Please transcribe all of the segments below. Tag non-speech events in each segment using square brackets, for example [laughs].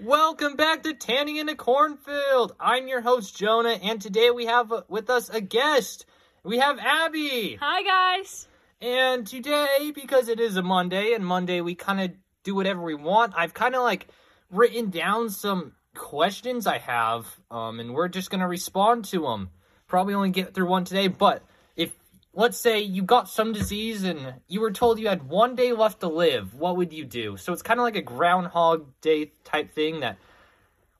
Welcome back to Tanning in a Cornfield. I'm your host, Jonah, and today we have with us a guest. We have Abby. Hi, guys. And today, because it is a Monday, and Monday we kind of do whatever we want, I've kind of like written down some questions I have, um, and we're just going to respond to them. Probably only get through one today, but if, let's say, you got some disease and you were told you had one day left to live, what would you do? So it's kind of like a Groundhog Day type thing that,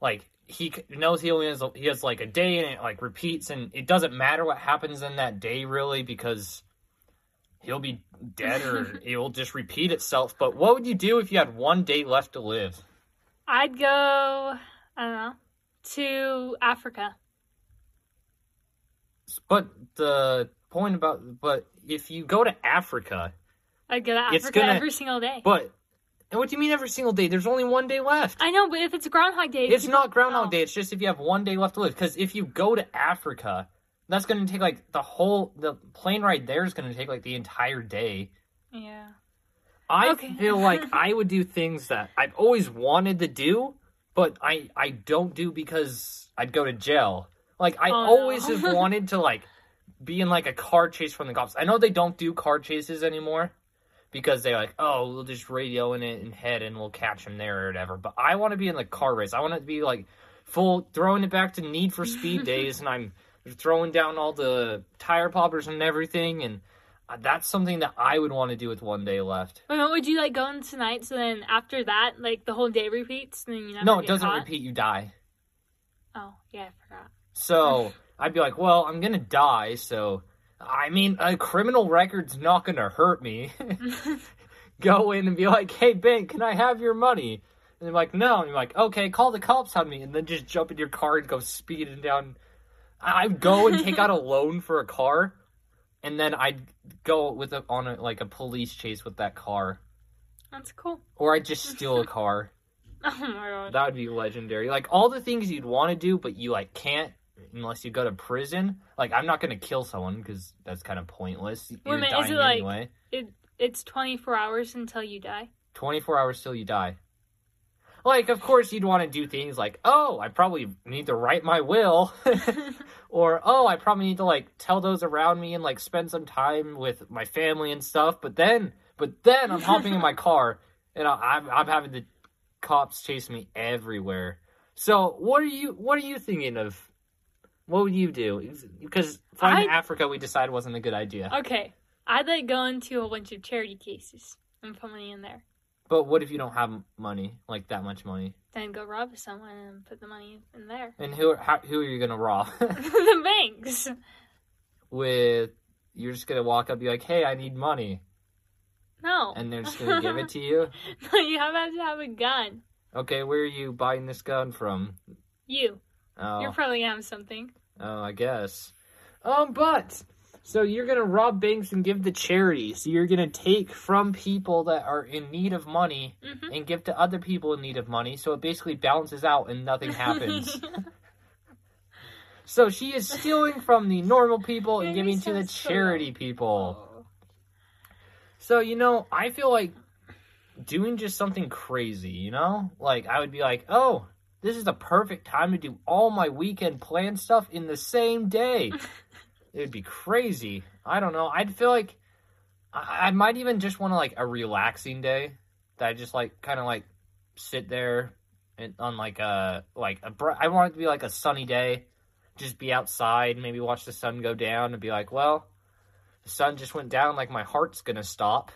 like, he c- knows he only has, he has like a day and it like repeats, and it doesn't matter what happens in that day really because he'll be dead or it'll just repeat itself. But what would you do if you had one day left to live? I'd go, I don't know, to Africa. But the point about but if you go to Africa, I'd go to It's Africa gonna- every single day. but and what do you mean every single day? There's only one day left. I know, but if it's Groundhog Day, it's people- not Groundhog oh. Day. It's just if you have one day left to live. Because if you go to Africa, that's going to take like the whole the plane ride there is going to take like the entire day. Yeah. I Okay. feel [laughs] like I would do things that I've always wanted to do, but I I don't do because I'd go to jail. Like I Oh, no. always [laughs] have wanted to like be in like a car chase from the cops. I know they don't do car chases anymore because they like oh we'll just radio in it and head and we'll catch him there or whatever. But I want to be in the car race. I want to be like full throwing it back to Need for [laughs] Speed days, and I'm throwing down all the tire poppers and everything and. uh, That's something that I would want to do with one day left. Wait, what would you like go in tonight? So then after that, like the whole day repeats, and then you never No, it get doesn't caught? repeat. You die. Oh, yeah, I forgot. So I'd be like, well, I'm gonna die. So I mean, a criminal record's not gonna hurt me. [laughs] Go in and be like, hey, bank, can I have your money? And they're like, no. And you're like, okay, call the cops on me, and then just jump in your car and go speeding down. I- I'd go and take out a loan for a car, and then I'd go with a, on a, like a police chase with that car, [laughs] That's cool. [laughs] or I'd just steal a car. Oh my god. That would be legendary. Like all the things you'd want to do, but you like can't unless you go to prison. Like I'm not gonna kill someone because that's kind of pointless. You're a minute, dying is it, like- anyway. It's 24 hours until you die. 24 hours till you die. Like of course you'd want to do things like, oh, I probably need to write my will, [laughs] or oh, I probably need to like tell those around me and like spend some time with my family and stuff. But then, but then I'm hopping in my car and I- I'm I'm having the cops chase me everywhere. So what are you what are you thinking of? What would you do? Because flying to I- Africa, we decided wasn't a good idea. okay. I'd like go into a whole bunch of charity cases and put money in there. But what if you don't have money, like that much money? Then go rob someone and put the money in there. And who how, who are you gonna rob? [laughs] [laughs] the banks. With you're just gonna walk up, and be like, "Hey, I need money," No. and they're just gonna give it to [laughs] you. No, you have to have a gun. Okay, where are you buying this gun from? You. Oh, You're probably gonna have something. oh, I guess. Um, but so you're gonna rob banks and give to charities. So you're gonna take from people that are in need of money hmm and give to other people in need of money. So it basically balances out and nothing [laughs] happens. so she is stealing from the normal people and That giving makes to the sense so charity well. people. [laughs] So, you know, I feel like doing just something crazy, you know? Like, I would be like, oh, this is the perfect time to do all my weekend plan stuff in the same day. it would be crazy. I don't know. I'd feel like I, I might even just want to, like, a relaxing day that I just, like, kind of, like, sit there and on, like, a, like, a, br- I want it to be, like, a sunny day. Just be outside, maybe watch the sun go down and be like, well, the sun just went down, like, my heart's gonna stop.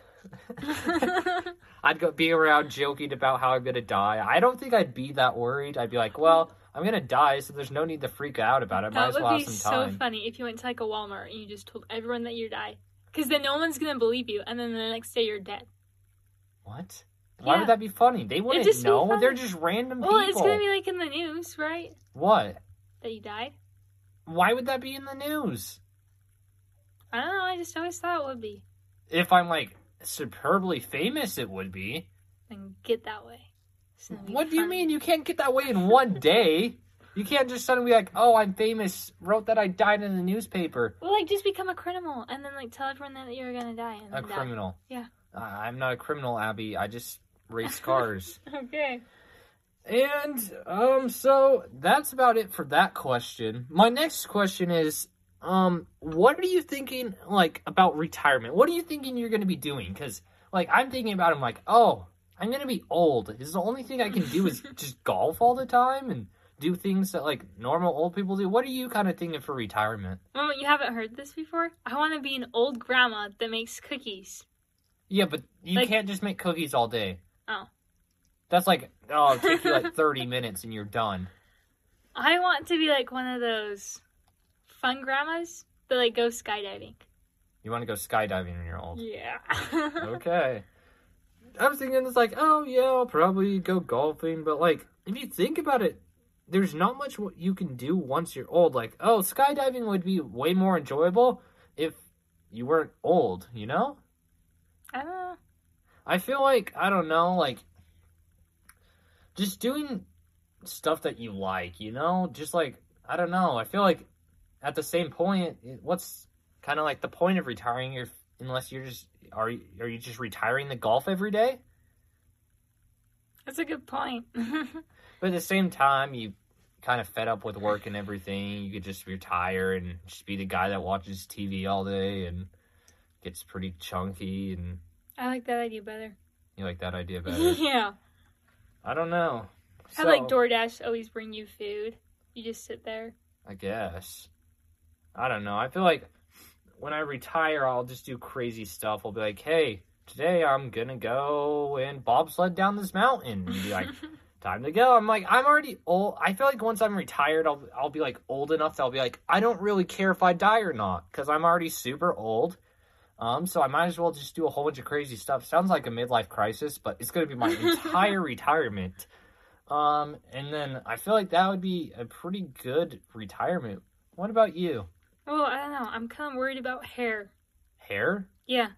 I'd go be around joking about how I'm gonna die. I don't think I'd be that worried. I'd be like, well, I'm gonna die, so there's no need to freak out about it. Might that as well would be have so some time. funny if you went to like a Walmart and you just told everyone that you die, because then no one's gonna believe you, and then the next day you're dead. what? Why Yeah. would that be funny? They wouldn't just be know. funny. They're just random Well, it's people. gonna be like in the news, right? What? That you died. Why would that be in the news? I don't know. I just always thought it would be. If I'm like superbly famous, it would be. Then get that way. It's gonna be What do you fun. mean? You can't get that way in one day. You can't just suddenly be like, oh, I'm famous. Wrote that I died in the newspaper. Well, like just become a criminal and then like tell everyone that you're gonna die. And A then die. criminal. Yeah. [laughs] I- I'm not a criminal, Abby. I just race cars. Okay. And um so that's about it for that question. My next question is um what are you thinking like about retirement? What are you thinking you're going to be doing cuz like I'm thinking about it, I'm like, "Oh, I'm going to be old. Is the only thing I can do [laughs] is just golf all the time and do things that like normal old people do." What are you kind of thinking for retirement? Mama, Oh, you haven't heard this before? I want to be an old grandma that makes cookies. Yeah, but you Like- can't just make cookies all day. Oh. That's like oh, it'll take you [laughs] like 30 minutes and you're done. I want to be like one of those fun grandmas that like go skydiving. You want to go skydiving when you're old. [laughs] Yeah. okay. I'm thinking it's like, oh yeah, I'll probably go golfing, but like if you think about it, there's not much what you can do once you're old. Like, oh, skydiving would be way more enjoyable if you weren't old, you know? I don't know. I feel like I don't know, like just doing stuff that you like, you know? Just like I don't know. I feel like at the same point, it- what's kind of like the point of retiring if unless you're just are you, are you just retiring the golf every day? That's a good point. [laughs] But at the same time, you kind of fed up with work and everything. You could just retire and just be the guy that watches TV all day and gets pretty chunky and I like that idea better. you like that idea better. [laughs] Yeah. I don't know. How like So- DoorDash always bring you food. You just sit there. I guess. I don't know. I feel like when I retire, I'll just do crazy stuff. I'll be like, hey, today I'm going to go and bobsled down this mountain. And be [laughs] like, time to go. I'm like, I'm already old. I feel like once I'm retired, I'll, I'll be like old enough that I'll be like, I don't really care if I die or not because I'm already super old. Um, so I might as well just do a whole bunch of crazy stuff. Sounds like a midlife crisis, but it's going to be my entire retirement. Um, and then I feel like that would be a pretty good retirement. What about you? [laughs] well, I don't know. I'm kind of worried about hair. Hair? Yeah.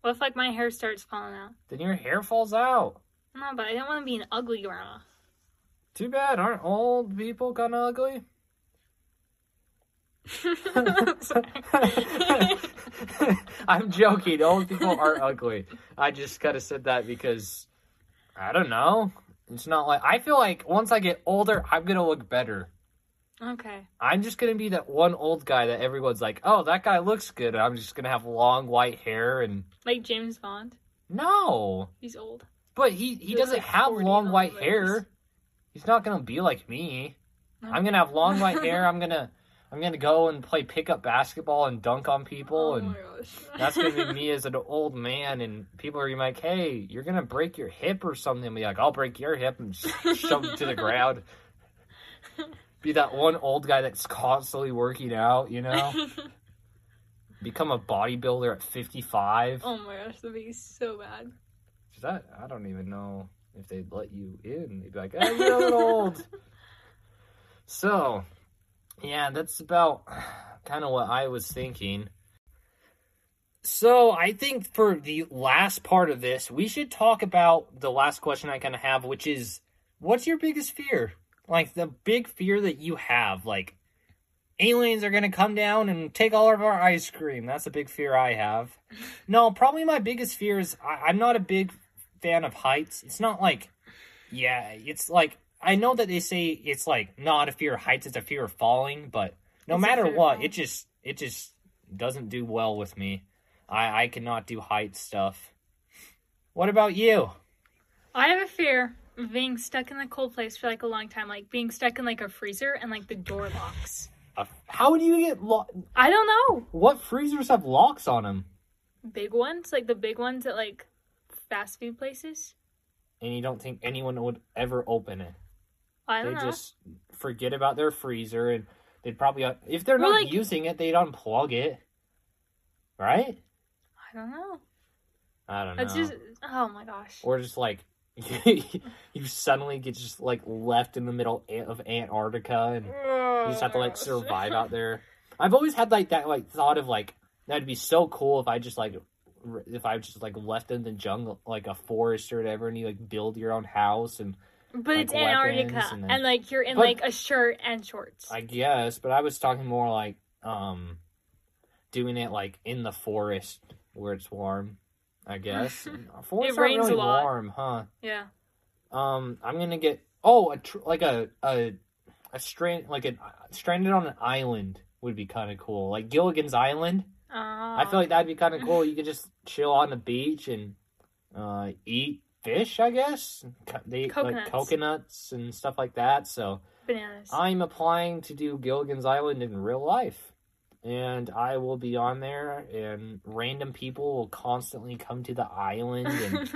What if like my hair starts falling out? Then your hair falls out. No, but I don't want to be an [laughs] ugly grandma. [laughs] Too bad. Aren't old people kind of ugly? Sorry. [laughs] I'm joking. Old people are ugly. I just kind of said that because I don't know. It's not like I feel like once I get older, I'm gonna look better. okay. I'm just gonna be that one old guy that everyone's like, "Oh, that guy looks good." and I'm just gonna have long white hair and Like James Bond. no, He's old. but he he looks doesn't like have 40 long on white the hair. legs. He's not gonna be like me. No. I'm gonna have long white hair. I'm gonna I'm gonna go and play pickup basketball and dunk on people [laughs] Oh and. my gosh. That's gonna be me as an old man, and people are gonna be like, "Hey, you're gonna break your hip or something." Be like, "I'll break your hip and just shove it to the ground." Be that one old guy that's constantly working out, you know. Become a bodybuilder at 55. [laughs] oh my gosh, that'd be so bad. Is that I don't even know if they'd let you in. They'd be like, "Oh, you're a little old." So, yeah, that's about kind of what I was thinking. So, I think for the last part of this, we should talk about the last question I kind of have, which is, what's your biggest fear? Like the big fear that you have, like aliens are going to come down and take all of our ice cream. That's a big fear I have. No, probably my biggest fear is I, I'm not a big fan of heights. It's not like, yeah, it's like I know that they say it's like not a fear of heights, it's a fear of falling. But no It's a matter fear of what, falling. it just it just doesn't do well with me. I I cannot do height stuff. What about you? I have a fear of being stuck in the cold place for like a long time, like being stuck in like a freezer and like the door locks. A- Uh, How do you get lo- I don't know. what freezers have locks on them? Big ones, like the big ones at like fast food places. And you don't think anyone would ever open it? I they don't know. just forget about their freezer and they'd probably uh, if they're Well, not like- using it they'd unplug it right I don't know. i don't know It's just oh my gosh. or just like [laughs] you suddenly get just like left in the middle a- of antarctica and you just have to like survive out [laughs] there i've always had like that like thought of like that'd be so cool if i just like r- if i just like left in the jungle like a forest or whatever and you like build your own house and But like, it's Antarctica, weapons and and, then- like you're in But- like a shirt and shorts. I guess, but I was talking more like um doing it like in the forest where it's warm. [laughs] I guess forests aren't rains a really lot. warm, huh? yeah. Um, I'm gonna get Oh, a tr- like a a a strand like an stranded on an island would be kind of cool. Like Gilligan's Island. Oh. I feel like that'd be kind of cool. You could [laughs] just chill on the beach and uh, eat fish, I guess. Co- They eat, Coconuts. like coconuts and stuff like that. So Ah, bananas. I'm applying to do Gilligan's Island in real life. And I will be on there, and random people will constantly come to the island, [laughs] and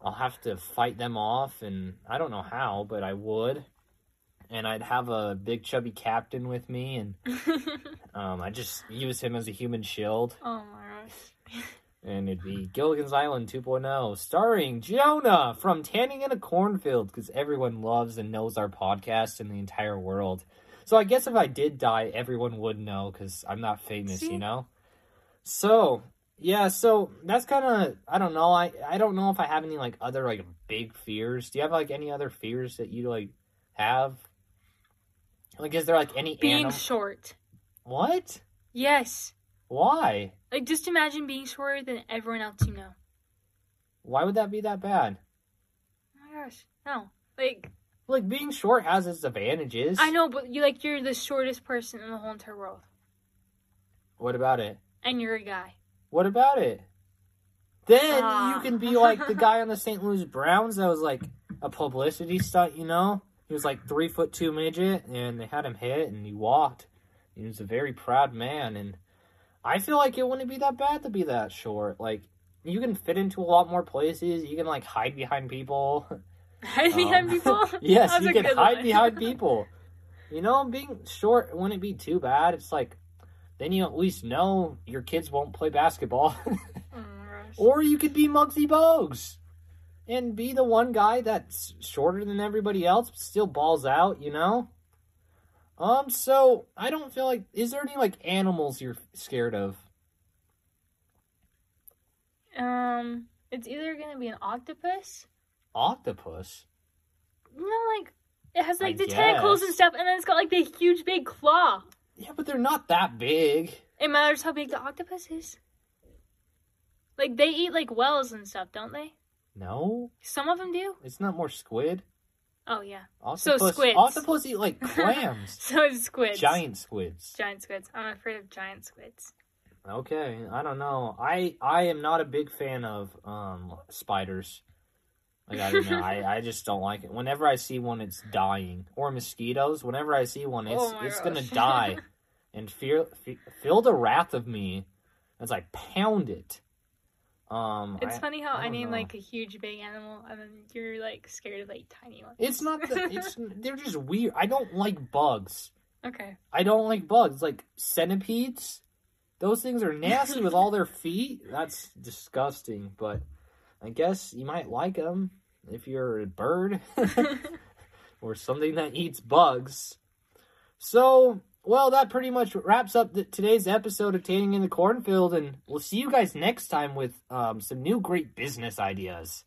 I'll have to fight them off. And I don't know how, but I would. And I'd have a big chubby captain with me, and um, I just use him as a human shield oh my gosh. and it'd be Gilligan's Island 2.0, starring Jonah from Tanning in a Cornfield, because everyone loves and knows our podcast in the entire world. So I guess if I did die, everyone would know, because I'm not famous, See? you know? So, yeah, so that's kind of, I don't know, I, I don't know if I have any, like, other, like, big fears. Do you have, like, any other fears that you, like, have? Like, is there, like, any Being animal? short. what? Yes. Why? Like just imagine being shorter than everyone else you know. Why would that be that bad? Oh my gosh. No. Like Like being short has its advantages. I know, but you like you're the shortest person in the whole entire world. What about it? And you're a guy. [laughs] What about it? Then Ah. you can be like the [laughs] guy on the St. Louis Browns that was like a publicity stunt, you know? He was like three foot two midget and they had him hit and he walked. He was a very proud man and I feel like it wouldn't be that bad to be that short. Like you can fit into a lot more places. You can like hide behind people. [laughs] Hide behind Um, people. [laughs] yes, That you was a can good hide one. [laughs] behind people. You know, being short wouldn't be too bad. It's like then you at least know your kids won't play basketball. [laughs] Oh my gosh. or you could be Muggsy Bogues and be the one guy that's shorter than everybody else, but still balls out. You know. Um. So I don't feel like. Is there any like animals you're scared of? Um, it's either gonna be an octopus. Octopus. You know, like it has like I the tentacles and guess. stuff, and then it's got like the huge big claw. Yeah, but they're not that big. It matters how big the octopus is. Like they eat like whales and stuff, don't they? No, Some of them do. it's not more squid. Oh yeah. [laughs] Octopus, squids. Octopus eat [laughs] like clams. So it's squids. giant squids Giant squids. I'm afraid of giant squids. okay i don't know i i am not a big fan of um spiders like i don't know i i just don't like it whenever i see one it's dying or mosquitoes whenever i see one it's Oh my it's gosh. gonna [laughs] die and fear fe- feel the wrath of me as i pound it um It's I- funny how I I, don't name know. like a huge big animal, and then you're like scared of like tiny ones. it's not [laughs] that it's they're just weird i don't like bugs okay. I don't like bugs. Like centipedes, those things are nasty with all their feet. That's disgusting. But I guess you might like them if you're a bird [laughs] or something that eats bugs. So, well, that pretty much wraps up the, today's episode of Tanning in the Cornfield, and we'll see you guys next time with um, some new great business ideas.